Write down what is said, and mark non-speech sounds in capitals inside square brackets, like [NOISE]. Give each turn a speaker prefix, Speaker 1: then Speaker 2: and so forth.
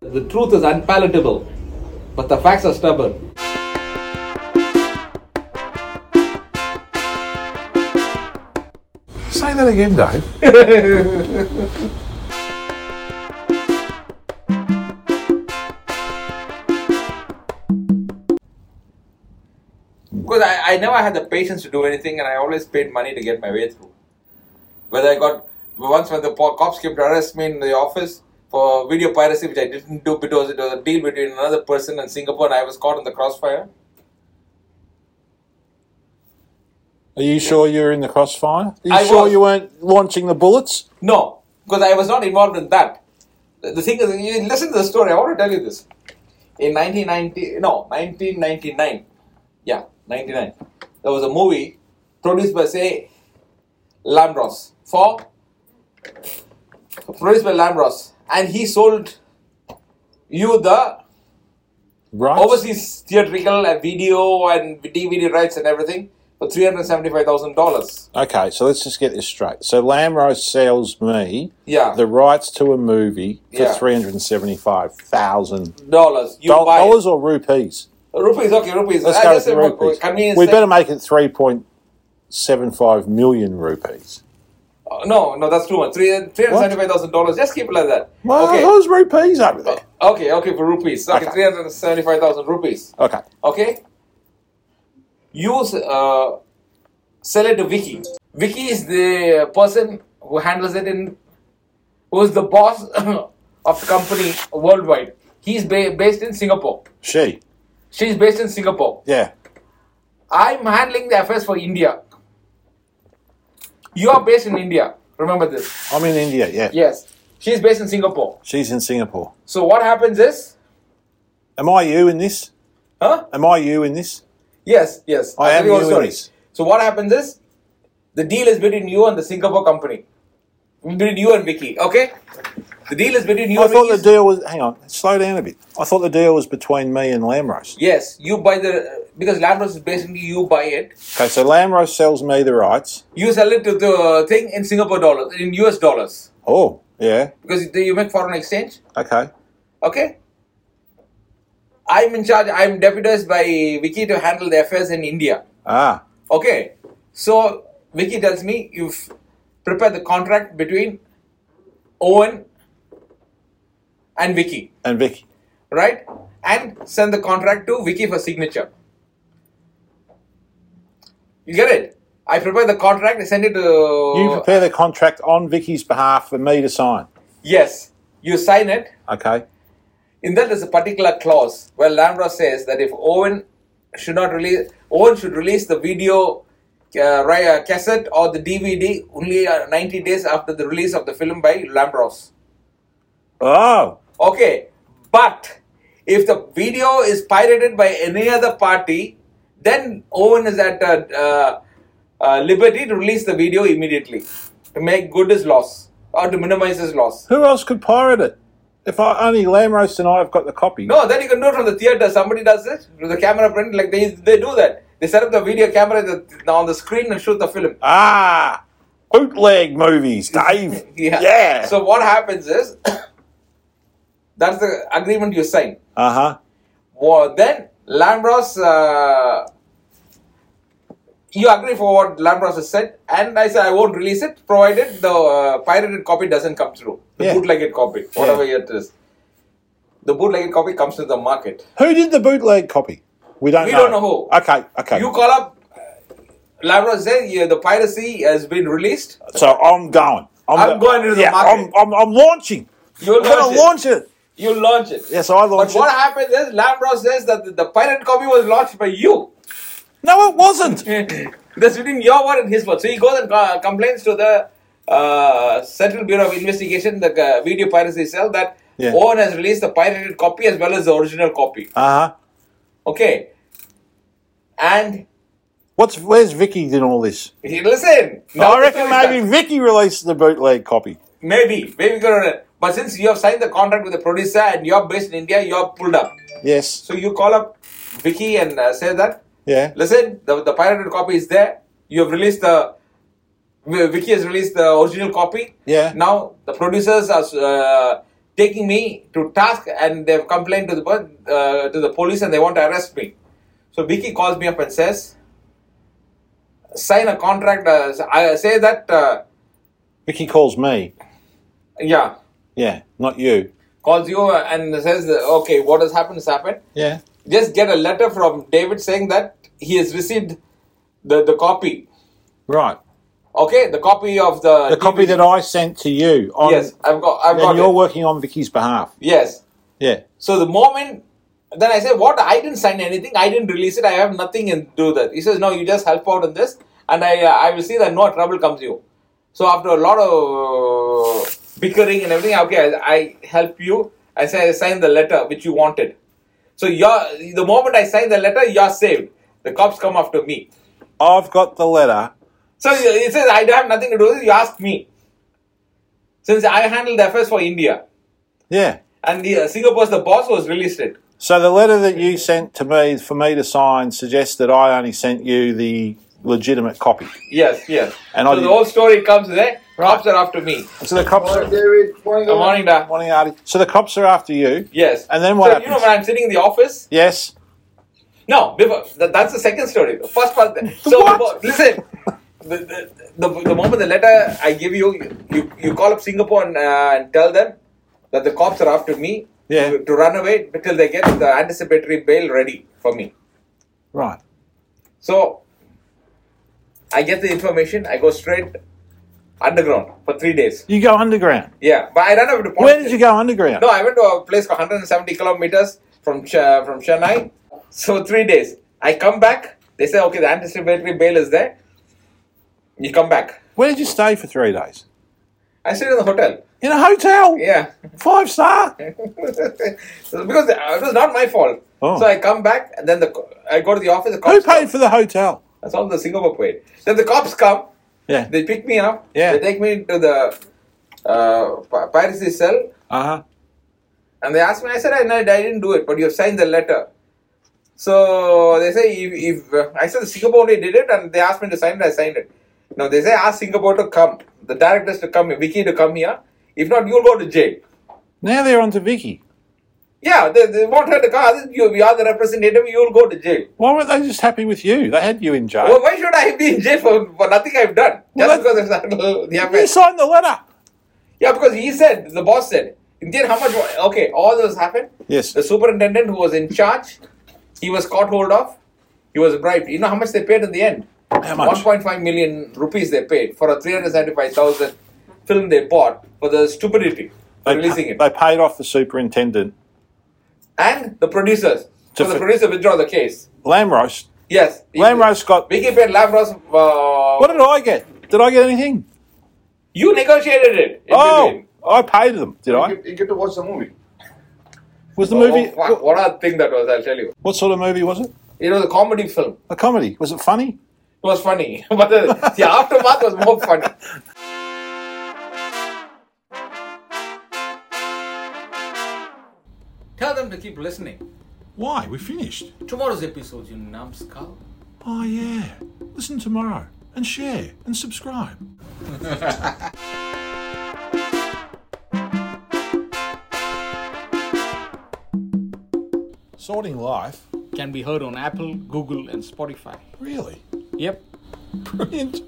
Speaker 1: The truth is unpalatable, but the facts are stubborn.
Speaker 2: Say that again, Dave.
Speaker 1: Because I, I never had the patience to do anything and I always paid money to get my way through. Whether I got, once when the po- cops came to arrest me in the office for video piracy, which I didn't do because it was a deal between another person and Singapore and I was caught in the crossfire.
Speaker 2: Are you sure you were in the crossfire? Are you
Speaker 1: I
Speaker 2: sure
Speaker 1: was.
Speaker 2: you weren't launching the bullets?
Speaker 1: No, because I was not involved in that. The the thing is, you listen to the story. I want to tell you this. In 1990, no, 1999, yeah, 99, there was a movie produced by, say, Landros for produced by Landros, and he sold you the
Speaker 2: Right.
Speaker 1: overseas theatrical and video and DVD rights and everything for three hundred seventy-five thousand dollars.
Speaker 2: Okay, so let's just get this straight. So Lamro sells me
Speaker 1: Yeah.
Speaker 2: the rights to a movie for
Speaker 1: Yeah.
Speaker 2: three hundred and seventy-five thousand
Speaker 1: Dollars, you buy it.
Speaker 2: dollars or rupees.
Speaker 1: Rupees, okay, rupees.
Speaker 2: Let's
Speaker 1: I
Speaker 2: go with
Speaker 1: just
Speaker 2: the
Speaker 1: said what-
Speaker 2: rupees.
Speaker 1: Convenience
Speaker 2: We
Speaker 1: sake-
Speaker 2: better make it three point seven five million rupees.
Speaker 1: Oh, no, no, that's too much. Three three hundred seventy-five thousand dollars. Just keep it like that.
Speaker 2: Well,
Speaker 1: okay,
Speaker 2: those rupees over there.
Speaker 1: okay, okay, for rupees. Okay,
Speaker 2: Okay.
Speaker 1: three hundred seventy-five thousand rupees.
Speaker 2: Okay.
Speaker 1: Okay, use uh, sell it to Vicky. Vicky is the person who handles it in, who is the boss [COUGHS] of the company worldwide. He's ba- based in Singapore.
Speaker 2: She.
Speaker 1: She's based in Singapore.
Speaker 2: Yeah.
Speaker 1: I'm handling the affairs for India. You are based in India. Remember this.
Speaker 2: I'm in India, yeah.
Speaker 1: Yes. She's based in Singapore.
Speaker 2: She's in Singapore.
Speaker 1: So what happens is,
Speaker 2: Am I you in this?
Speaker 1: huh?
Speaker 2: Am I you in this?
Speaker 1: Yes, yes.
Speaker 2: Oh, I
Speaker 1: I'll
Speaker 2: am
Speaker 1: tell you
Speaker 2: new
Speaker 1: a
Speaker 2: in
Speaker 1: story.
Speaker 2: this.
Speaker 1: So what happens is, the deal is between you and the Singapore company, between you and Vicky. Okay. The deal is between you
Speaker 2: I
Speaker 1: and
Speaker 2: thought
Speaker 1: Vicky.
Speaker 2: Oh, the deal was. Hang on, slow down a bit. I thought the deal was between me and Lamros.
Speaker 1: yes, you buy the because Labros is basically you buy it.
Speaker 2: Okay, so Lamros sells me the rights.
Speaker 1: You sell it to the thing in Singapore dollars, in US dollars,
Speaker 2: Oh, yeah,
Speaker 1: because you make foreign exchange.
Speaker 2: okay.
Speaker 1: Okay. I'm in charge, I'm deputized by Vicky to handle the affairs in India.
Speaker 2: Ah,
Speaker 1: Okay. So Vicky tells me you've prepared the contract between Owen and Vicky,
Speaker 2: and Vicky.
Speaker 1: right? And send the contract to Vicky for signature. You get it? I prepare the contract, I send it to
Speaker 2: You prepare the contract on Vicky's behalf for me to sign.
Speaker 1: Yes. You sign it.
Speaker 2: Okay,
Speaker 1: In that, there's a particular clause where Lambros says that if Owen should not release, Owen should release the video uh, ri- uh, cassette or the DVD only uh, 90 days after the release of the film by Lambros.
Speaker 2: Oh,
Speaker 1: Okay, but if the video is pirated by any other party, then Owen is at uh, uh, uh, liberty to release the video immediately to make good his loss or to minimize his loss.
Speaker 2: who else could pirate it? If I only Lamros and I have got the copy.
Speaker 1: No, then you can do it from the theater. Somebody does it with the camera print. Like they they do that. They set up the video camera at the- on the screen and shoot the film.
Speaker 2: Ah, bootleg movies, Dave.
Speaker 1: [LAUGHS] Yeah.
Speaker 2: yeah.
Speaker 1: So what happens is [COUGHS] that's the agreement you sign.
Speaker 2: uh huh.
Speaker 1: Well, then Lambros, uh, you agree for what Lambros has said, and I say I won't release it provided the uh, pirated copy doesn't come through. The
Speaker 2: Yeah.
Speaker 1: bootlegged copy, whatever it is. The bootlegged copy comes to the market.
Speaker 2: Who did the bootleg copy? We don't
Speaker 1: We
Speaker 2: know.
Speaker 1: don't know who.
Speaker 2: Okay, okay.
Speaker 1: You call up uh, Labrador say yeah, the piracy has been released.
Speaker 2: So I'm going.
Speaker 1: I'm going into the
Speaker 2: yeah,
Speaker 1: market.
Speaker 2: I'm, I'm, I'm launching.
Speaker 1: You'll
Speaker 2: I'm going
Speaker 1: launch
Speaker 2: to
Speaker 1: it.
Speaker 2: launch it.
Speaker 1: You launch it.
Speaker 2: Yes, I
Speaker 1: But
Speaker 2: launched
Speaker 1: what
Speaker 2: it.
Speaker 1: happened is Labrador says that the, the pirate copy was launched by you. [LAUGHS]
Speaker 2: No, it wasn't.
Speaker 1: That's between your word and his word. So he goes and co- complains to the uh, Central Bureau of Investigation, the uh, video piracy cell, that
Speaker 2: Yeah.
Speaker 1: Owen has released the pirated copy as well as the original copy.
Speaker 2: Uh huh.
Speaker 1: Okay. And
Speaker 2: What's where's Vicky in all this?
Speaker 1: he- listen. now
Speaker 2: Oh, I
Speaker 1: the
Speaker 2: reckon
Speaker 1: story
Speaker 2: maybe Vicky released the bootleg copy.
Speaker 1: Maybe, maybe gonna. But since you have signed the contract with the producer and you're based in India, you're pulled up.
Speaker 2: Yes.
Speaker 1: So you call up Vicky and uh, say that,
Speaker 2: Yeah.
Speaker 1: listen, the, the pirated copy is there. You have released the. Vicky has released the original copy.
Speaker 2: Yeah.
Speaker 1: Now the producers are uh, taking me to task and they've complained to the per- uh, to the police and they want to arrest me. So Vicky calls me up and says, sign a contract. Uh, I say that uh,
Speaker 2: Vicky calls me.
Speaker 1: yeah
Speaker 2: Yeah, not you.
Speaker 1: calls you and says okay what has happened has happened.
Speaker 2: Yeah.
Speaker 1: Just get a letter from David saying that he has received the the copy.
Speaker 2: Right.
Speaker 1: Okay, the copy of the
Speaker 2: The copy that I sent to you on
Speaker 1: yes I've got I've got
Speaker 2: and you're
Speaker 1: it.
Speaker 2: working on Vicky's behalf.
Speaker 1: yes
Speaker 2: Yeah.
Speaker 1: So the moment, then I said, "What? I didn't sign anything. I didn't release it. I have nothing in do that." He says, "No, you just help out in this, and I uh, I will see that no trouble comes you." So after a lot of bickering and everything, okay, I, I help you. I say I sign the letter which you wanted. So you're the moment I sign the letter, you're saved. The cops come after me.
Speaker 2: I've got the letter.
Speaker 1: So he says, "I have nothing to do with it. You ask me." Since I handled the affairs for India,
Speaker 2: Yeah.
Speaker 1: and the, uh, Singapore's the boss was released it.
Speaker 2: So the letter that you sent to me for me to sign suggests that I only sent you the legitimate copy.
Speaker 1: Yes, yes.
Speaker 2: And
Speaker 1: so
Speaker 2: all
Speaker 1: the
Speaker 2: you-
Speaker 1: whole story comes there. Cops are after me.
Speaker 2: So the cops
Speaker 3: Morning,
Speaker 2: are,
Speaker 3: David. Morning,
Speaker 1: Good morning, Da.
Speaker 2: morning, Artie. So the cops are after you.
Speaker 1: Yes.
Speaker 2: And then what
Speaker 1: So you
Speaker 2: happens?
Speaker 1: know when I'm sitting in the office?
Speaker 2: Yes.
Speaker 1: No, before that, that's the second story. The first part.
Speaker 2: [LAUGHS]
Speaker 1: So
Speaker 2: What?
Speaker 1: before- listen. The, the, the, the moment the letter I give you, you, you call up Singapore and, uh, and tell them that the cops are after me
Speaker 2: Yeah.
Speaker 1: to, to run away until they get the anticipatory bail ready for me.
Speaker 2: Right.
Speaker 1: So I get the information, I go straight underground for three days.
Speaker 2: You go underground.
Speaker 1: Yeah, but I run over to
Speaker 2: Where
Speaker 1: Pondicherry.
Speaker 2: did you go underground?
Speaker 1: No, I went to a place called 170 kilometers from Ch- from Chennai. So three days. I come back. They say, okay, the anticipatory bail is there. You come back.
Speaker 2: Where did you stay for three days?
Speaker 1: I stayed in the hotel.
Speaker 2: In a hotel.
Speaker 1: Yeah. [LAUGHS]
Speaker 2: Five star.
Speaker 1: so because uh, it was not my fault.
Speaker 2: Oh.
Speaker 1: So I come back and then the co- I go to the office. The
Speaker 2: Who
Speaker 1: cops
Speaker 2: paid for the hotel?
Speaker 1: That's all the Singapore paid. Then the cops come.
Speaker 2: Yeah.
Speaker 1: They pick me up.
Speaker 2: Yeah.
Speaker 1: They take me to the uh, pi- piracy cell.
Speaker 2: Uh huh.
Speaker 1: And they asked me, I said, I, I didn't do it, but you've signed the letter. So they say, if, if uh, I said, Singapore only did it, and they asked me to sign it, I signed it. Now they say, ask Singapore to come, the directors to come, Vicky to come here. If not, you'll go to jail.
Speaker 2: Now they're on to Vicky.
Speaker 1: Yeah, they, they want her to come. I said, You, you are the representative, you'll go to jail.
Speaker 2: Why weren't they just happy with you? They had you in jail.
Speaker 1: Well, why should I be in jail for, for nothing I've done?
Speaker 2: Uh, Well,
Speaker 1: Just because
Speaker 2: that-
Speaker 1: I've [LAUGHS] started the
Speaker 2: you
Speaker 1: affair.
Speaker 2: signed the letter.
Speaker 1: Yeah, because he said, the boss said, in the end, how much, okay, all those happened.
Speaker 2: Yes.
Speaker 1: The superintendent who was in charge, he was caught hold of. He was bribed. You know how much they paid in the end?
Speaker 2: How much?
Speaker 1: 1.5 million rupees they paid for a 375,000 film they bought for the stupidity for
Speaker 2: They,
Speaker 1: releasing it.
Speaker 2: they paid off the superintendent.
Speaker 1: And the producers. So
Speaker 2: To
Speaker 1: the
Speaker 2: fi-
Speaker 1: producer withdraw the case.
Speaker 2: Lamros.
Speaker 1: Yes.
Speaker 2: Lamros got.
Speaker 1: Vicky paid Lavros. Uh,
Speaker 2: What did I get? Did I get anything?
Speaker 1: you negotiated it. in
Speaker 2: Oh,
Speaker 1: between.
Speaker 2: I paid them. Did
Speaker 3: You
Speaker 2: I?
Speaker 3: get, you get to watch the movie.
Speaker 2: Was the
Speaker 1: Oh,
Speaker 2: movie?
Speaker 1: fuck, what a thing that was, I'll tell you.
Speaker 2: What sort of movie was it?
Speaker 1: It was a comedy film.
Speaker 2: A comedy. Was it funny?
Speaker 1: It was funny. [LAUGHS] but uh, the, the aftermath was more funny. Tell them to keep listening.
Speaker 2: Why? We finished.
Speaker 1: Tomorrow's episode, you numbskull.
Speaker 2: Oh yeah. Listen tomorrow and share and subscribe. [LAUGHS] Sorting life.
Speaker 4: can be heard on Apple, Google, and Spotify.
Speaker 2: Really?
Speaker 4: Yep.
Speaker 2: Brilliant.